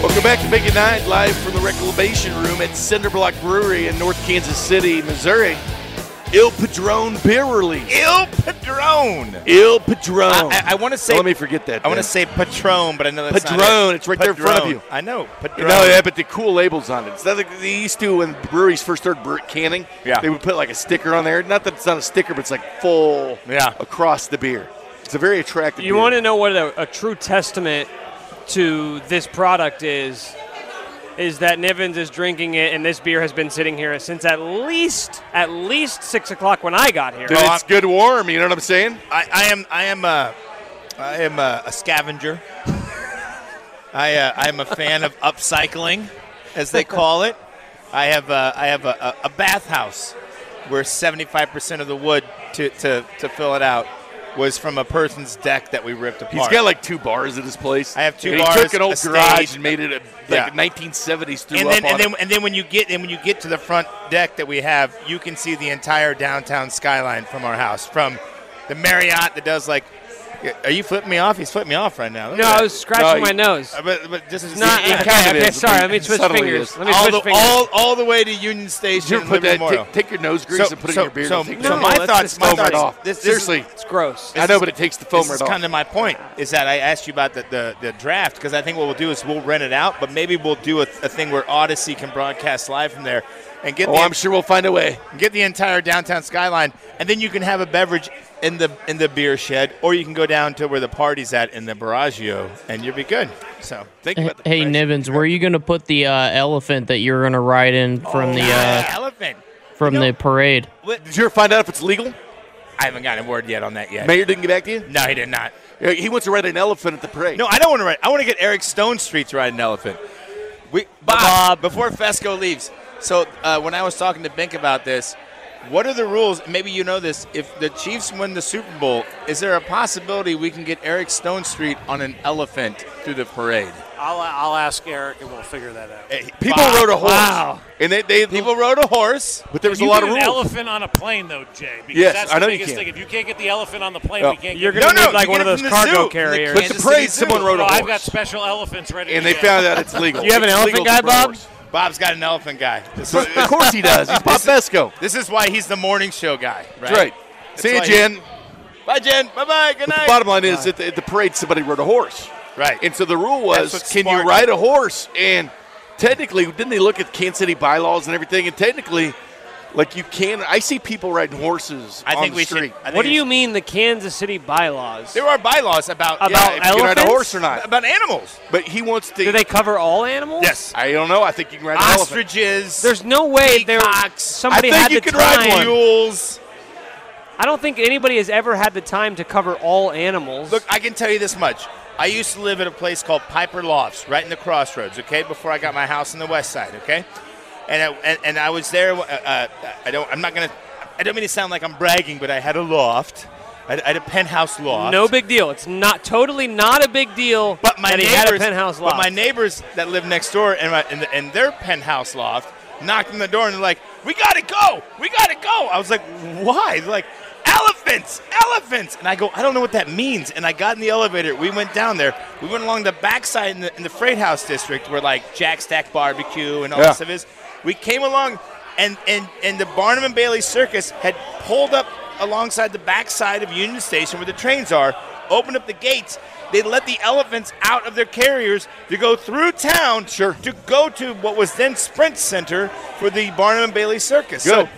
Welcome back to Big and Night, live from the Reclamation Room at Cinderblock Brewery in North Kansas City, Missouri. Il Padrone beer release. Il Oh, Padrone. Il Padrone. I, I- I want to say. Let me forget that. I want to then. say Patron, but I know that's not Padrone. it. It's right there in front of Padrone. you. I know. You Padrone. know, yeah, but the cool labels on it. It's not like these two when breweries first started brew- canning. Yeah. They would put like a sticker on there. Not that it's not a sticker, but it's like full Yeah. across the beer. It's a very attractive You beer. want to know what a, a true testament to this product is? Is that Nivens is drinking it, and this beer has been sitting here since at least at least six o'clock when I got here. Dude, it's good warm. You know what I'm saying? I, I am. I am a. I am a, a scavenger. I. Uh, I am a fan of upcycling, as they call it. I have. A, I have a, a, a bathhouse where 75% of the wood to, to, to fill it out was from a person's deck that we ripped apart. He's got like two bars at his place. I have two And bars, He took an old a garage stage. and made it a, like Yeah. 1970s threw and up then on and then it. and then when you get and when you get to the front deck that we have, you can see the entire downtown skyline from our house, from the Marriott that does like. Are you flipping me off? He's flipping me off right now. Look No, at I that. was scratching my nose. Uh, But, but this is not- it- it okay, kind of okay, is. sorry, let me switch Subtly fingers. is. Let me all switch the, fingers. All, all the way to Union Station. You ever put Liberty that- Memorial. take- take your nose grease and put it in your beard So, and take so it off. No, my that's thoughts, just my foam thoughts. right off. This, this Seriously. is, It's gross. I know, but it takes the foam this right is off. kind of my point. Is that I asked you about the the, the draft because I think what we'll do is we'll rent it out, but maybe we'll do a, a thing where Odyssey can broadcast live from there and get. Oh, the, I'm sure we'll find a way. Get the entire downtown skyline, and then you can have a beverage in the in the beer shed, or you can go down to where the party's at in the Barragio, and you'll be good. So think about that. Hey Nivens, where are you going to put the uh, elephant that you're going to ride in from the Ah, uh, elephant. from the parade? Did you ever find out if it's legal? I haven't gotten a word yet on that yet. Mayor didn't get back to you? No, he did not. Yeah, He wants to ride an elephant at the parade. No, I don't want to ride. I want to get Eric Stone Street to ride an elephant. We Bob, before Fesco leaves. So uh, when I was talking to Bink about this, what are the rules? Maybe you know this. If the Chiefs win the Super Bowl, is there a possibility we can get Eric Stone Street on an elephant through the parade? I'll, I'll ask Eric and we'll figure that out. People Wow. rode a horse. Wow. And they, they People rode a horse, but there was you a lot get of an rules. elephant on a plane, though, Jay. Because Yes, that's I the know you biggest can. thing. If you can't get the elephant on the plane, No. we can't. You're get gonna need, it. No, no, like, you one get of it those from the cargo zoo, the carriers. But the Kansas parade, City someone Zoo. rode a No, horse. I've got special elephants ready. And to they go. found out it's legal. You have an It's elephant legal guy, to ride a Bob? horse. Bob's got an elephant guy. This So- is- of course he does. He's Bob Fesco. This is why he's the morning show guy. Right. That's right. That's See you, why he- Jen. Bye, Jen. Bye, bye. Good But night. the bottom line is, at the, at the parade, somebody rode a horse. Right. And so the rule That's was, what's can smart. you ride a horse? And technically, didn't they look at Kansas City bylaws and everything? And technically, like you can, I see people riding horses I on think the we should- street. I think what do we you should- mean the Kansas City bylaws? There are bylaws about About yeah, you if can ride a elephants? horse or not? about animals. But he wants to. Do they cover all animals? Yes. I don't know. I think you can ride an elephant. Ostriches. There's no way there. Peacocks. Somebody I think had you the could ride time. one. mules. I don't think anybody has ever had the time to cover all animals. Look, I can tell you this much. I used to live at a place called Piper Lofts, right in the crossroads. Okay, before I got my house on the west side. Okay, and I, and, and I was there. Uh, uh, I don't. I'm not gonna. I don't mean to sound like I'm bragging, but I had a loft. I, I had a penthouse loft. no big deal. It's not totally not a big deal. But my that he neighbors, had a penthouse loft. But my neighbors that live next door and, my, and, and their penthouse loft knocked on the door and they're like, "We gotta go, we gotta go." I was like, "Why?" They're like, "Elephants, elephants!" And I go, "I don't know what that means." And I got in the elevator. We went down there. We went along the backside in the, in the Freight House district where like Jack Stack Barbecue and all Yeah. that stuff is. We came along, and and and the Barnum and Bailey Circus had pulled up alongside the backside of Union Station where the trains are. Opened up the gates. They let the elephants out of their carriers to go through town sure. to go to what was then Sprint Center for the Barnum and Bailey Circus. Good. So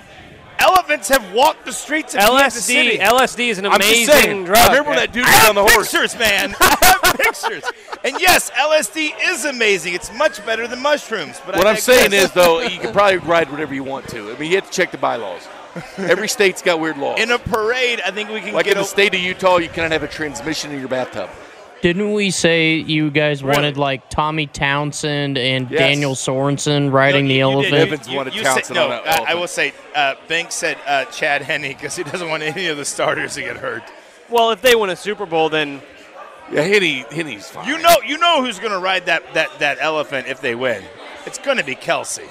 elephants have walked the streets of Kansas LSD. City. LSD is an I'm just amazing saying. drug. I remember when that dude I was have on the horse. pictures, man. I have pictures. And yes, LSD is amazing. It's much better than mushrooms. But what I I'm saying digress. is, though, you can probably ride whatever you want to. I mean, you have to check the bylaws. Every state's got weird laws. in a parade, I think we can like get in the a- state of Utah, you cannot have a transmission in your bathtub. Didn't we say you guys wanted like Tommy Townsend and Yes. Daniel Sorensen riding the elephant? said, no, I- I, will say, uh, Banks said uh, Chad Henney because he doesn't want any of the starters to get hurt. Well, if they win a Super Bowl, then yeah, Henny, Henny's fine. You know, you know who's going to ride that, that, that elephant if they win. It's going to be Kelsey.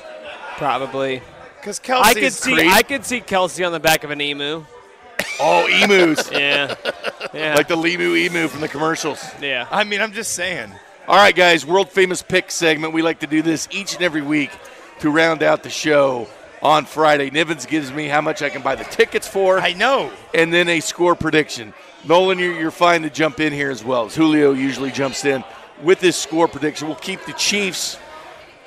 Probably. Because I Kelsey's could see great. I could see Kelsey on the back of an emu. Oh, emus. yeah. yeah. Like the Lemu emu from the commercials. Yeah. I mean, I'm just saying. All right, guys, world famous pick segment. We like to do this each and every week to round out the show on Friday. Nivens gives me how much I can buy the tickets for. I know. And then a score prediction. Nolan, you're, you're fine to jump in here as well, as Julio usually jumps in with his score prediction. We'll keep the Chiefs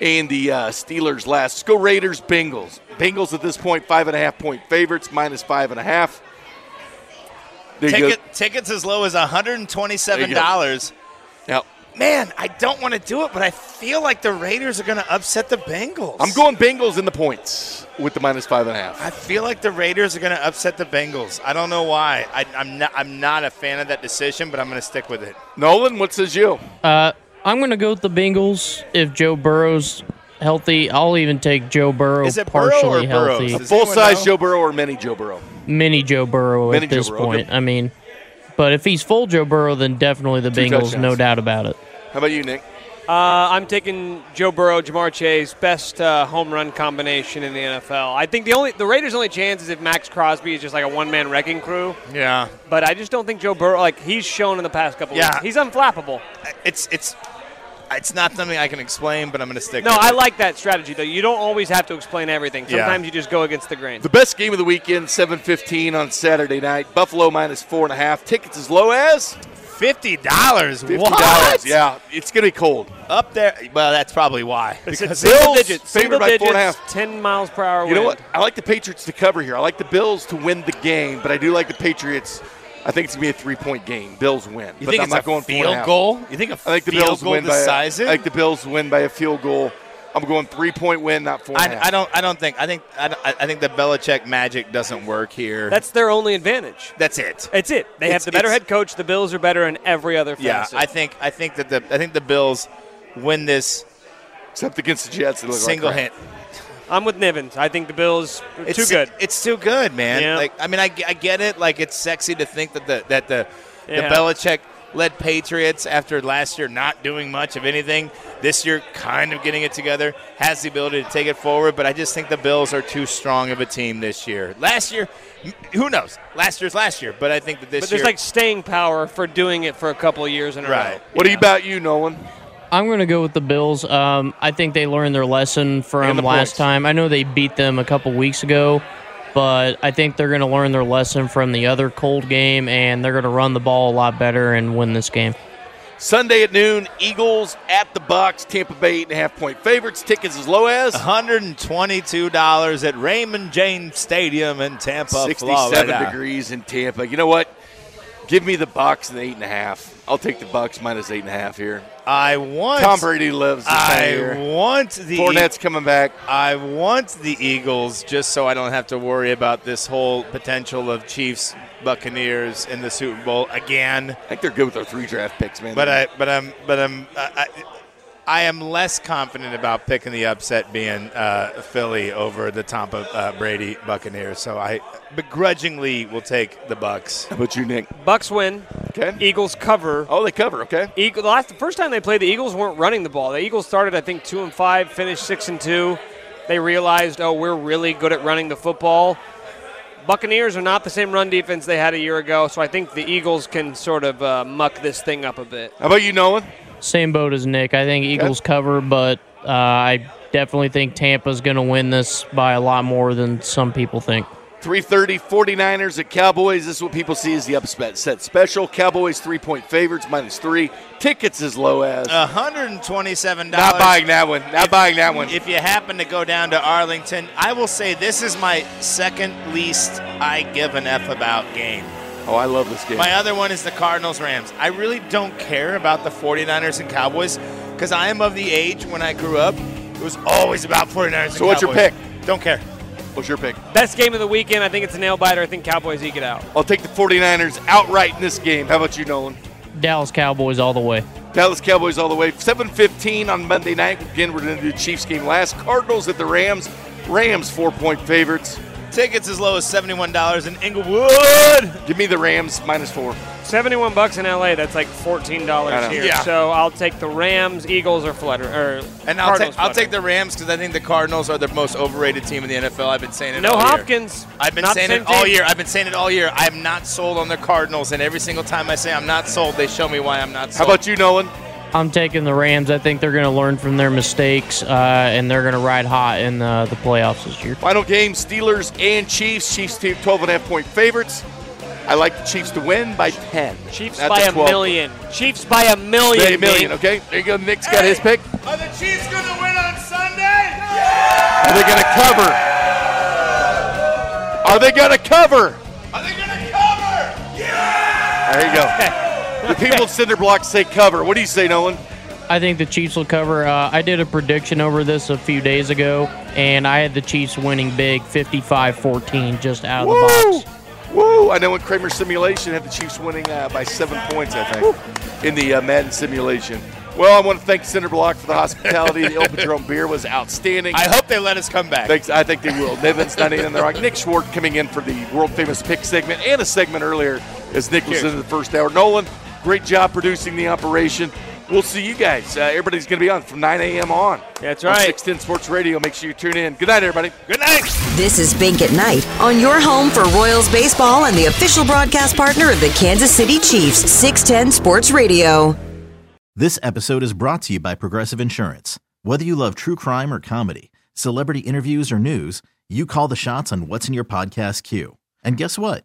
and the uh, Steelers last. Let's go Raiders, Bengals. Bengals at this point, five and a half point favorites, minus five and a half. There you go. Ticket, tickets as low as There you $127. go. Yep. Man, I don't want to do it, but I feel like the Raiders are going to upset the Bengals. I'm going Bengals in the points with the minus five and a half. I feel like the Raiders are going to upset the Bengals. I don't know why. I, I'm not. I'm not a fan of that decision, but I'm going to stick with it. Nolan, what says you? Uh, I'm going to go with the Bengals if Joe Burrow's healthy. I'll even take Joe Burrow Is it Burrow partially healthy. A full size Joe Burrow or mini Joe Burrow? Mini Joe Burrow Mini at Joe this Burrow, okay. point. I mean, but if he's full Joe Burrow, then definitely the Two Bengals, no touchdowns. doubt about it. How about you, Nick? Uh, I'm taking Joe Burrow, Jamar Chase, best uh, home run combination in the NFL. I think the only the Raiders' only chance is if Max Crosby is just like a one man wrecking crew. Yeah. But I just don't think Joe Burrow like he's shown in the past couple. Yeah. weeks. he's unflappable. It's it's it's not something I can explain, but I'm going to stick. No, with I it. like that strategy though. You don't always have to explain everything. Yeah. Sometimes you just go against the grain. The best game of the weekend, 7:15 on Saturday night. Buffalo minus four and a half. Tickets as low as fifty dollars. Fifty What? dollars. Yeah, it's gonna be cold. up there. Well, that's probably why. It's Because single Bills digits, favored single by digits, four and a ten miles per hour. You know wind. what? I like the Patriots to cover here. I like the Bills to win the game, but I do like the Patriots. I think it's gonna be a three-point game. Bills win. You but think I'm it's not a going four and field a half. goal? You think a I think the field Bills goal win by. a- decides it? I think the Bills win by a field goal. I'm going three-point win, not four. and a half. I, I don't. I don't think. I think. I, don't- I I think the Belichick magic doesn't work here. That's their only advantage. That's it. It's it. They It's- have the better it's- head coach. The Bills are better in every other yeah. facet. I think. I think that the. I think the Bills win this Except against the Jets, it looked like single crap. hit. I'm with Nivens. I think the Bills are It's too good. It's too good, man. Yeah. Like I mean, I, g- I get it. Like it's sexy to think that the that the Yeah. the Belichick led Patriots after last year not doing much of anything, this year kind of getting it together, has the ability to take it forward. But I just think the Bills are too strong of a team this year. Last year, m- who knows? Last year's last year, but I think that this but there's year, like staying power for doing it for a couple years in a row. What about you, Nolan? I'm going to go with the Bills. Um, I think they learned their lesson from the last points. time. I know they beat them a couple weeks ago, but I think they're going to learn their lesson from the other cold game, and they're going to run the ball a lot better and win this game. Sunday at noon, Eagles at the Bucks. Tampa Bay eight and a half point favorites. Tickets as low as $122 at Raymond James Stadium in Tampa, 67 Florida. degrees in Tampa. You know what? Give me the Bucks and the eight and a half. I'll take the Bucks minus eight and a half here. I want Tom Brady lives. This time of I year. want the Fournette's coming back. I want the Eagles just so I don't have to worry about this whole potential of Chiefs Buccaneers in the Super Bowl again. I think they're good with their three draft picks, man. But I but I'm but I'm I, I, I am less confident about picking the upset being uh, Philly over the Tampa uh, Brady Buccaneers. So I begrudgingly will take the Bucks. How about you, Nick? Bucks win. Okay. Eagles cover. Oh, they cover. Okay. Eagle, the last the first time they played, the Eagles weren't running the ball. The Eagles started, I think, two and five, finished six and two. They realized, oh, we're really good at running the football. Buccaneers are not the same run defense they had a year ago, so I think the Eagles can sort of uh, muck this thing up a bit. How about you, Nolan? Same boat as Nick. I think Eagles cover, but uh, I definitely think Tampa's going to win this by a lot more than some people think. 330 49ers at Cowboys. This is what people see as the upset set special. Cowboys three point favorites minus three. Tickets as low as. $127. Not buying that one. Not buying that one. If you happen to go down to Arlington, I will say this is my second least I give an F about game. Oh, I love this game. My other one is the Cardinals Rams. I really don't care about the 49ers and Cowboys because I am of the age when I grew up, it was always about 49ers So what's your pick? Don't care. What's your pick? Best game of the weekend. I think it's a nail biter. I think Cowboys eke it out. I'll take the 49ers outright in this game. How about you, Nolan? Dallas Cowboys all the way. Dallas Cowboys all the way. 7:15 on Monday night. Again, we're going to do Chiefs game last. Cardinals at the Rams. Rams four point favorites. Tickets as low as seventy-one dollars in Inglewood. Give me the Rams minus four. Seventy-one bucks in LA. That's like fourteen I know. dollars here. Yeah. So I'll take the Rams, Eagles, or Flutter. Or And I'll, Cardinals take I'll Flutter. take the Rams because I think the Cardinals are the most overrated team in the NFL. I've been saying it. No all year. Hopkins. I've been Not saying the it same all team. year. I've been saying it all year. I'm not sold on the Cardinals, and every single time I say I'm not sold, they show me why I'm not sold. How about you, Nolan? I'm taking the Rams. I think they're going to learn from their mistakes uh, and they're going to ride hot in the, the playoffs this year. Final game: Steelers and Chiefs. Chiefs team 12 and a half point favorites. I like the Chiefs to win by 10. Chiefs Not by the a 12. million. Chiefs by a million. By a million. Nate. Okay, there you go. Nick's got his pick. Are the Chiefs going to win on Sunday? Are they going to cover? Are they going to cover? There you go. the people of Cinder Block say cover. What do you say, Nolan? I think the Chiefs will cover. Uh, I did a prediction over this a few days ago, and I had the Chiefs winning big 55 14 just out of the box. Woo! I know in Kramer's simulation had the Chiefs winning uh, by seven points, I think, in the uh, Madden simulation. Well, I want to thank Cinder Block for the hospitality. the open drum beer was outstanding. I hope they let us come back. Thanks. I think they will. Nevin's not in there. Nick Schwartz coming in for the world famous pick segment and a segment earlier as Nick was Cheers. in the first hour. Nolan, great job producing the operation. We'll see you guys. Uh, everybody's going to be on from 9 a.m. on. That's right. 610 Sports Radio. Make sure you tune in. Good night, everybody. Good night. This is Bink at Night on your home for Royals baseball and the official broadcast partner of the Kansas City Chiefs, 610 Sports Radio. This episode is brought to you by Progressive Insurance. Whether you love true crime or comedy, celebrity interviews or news, you call the shots on what's in your podcast queue. And guess what?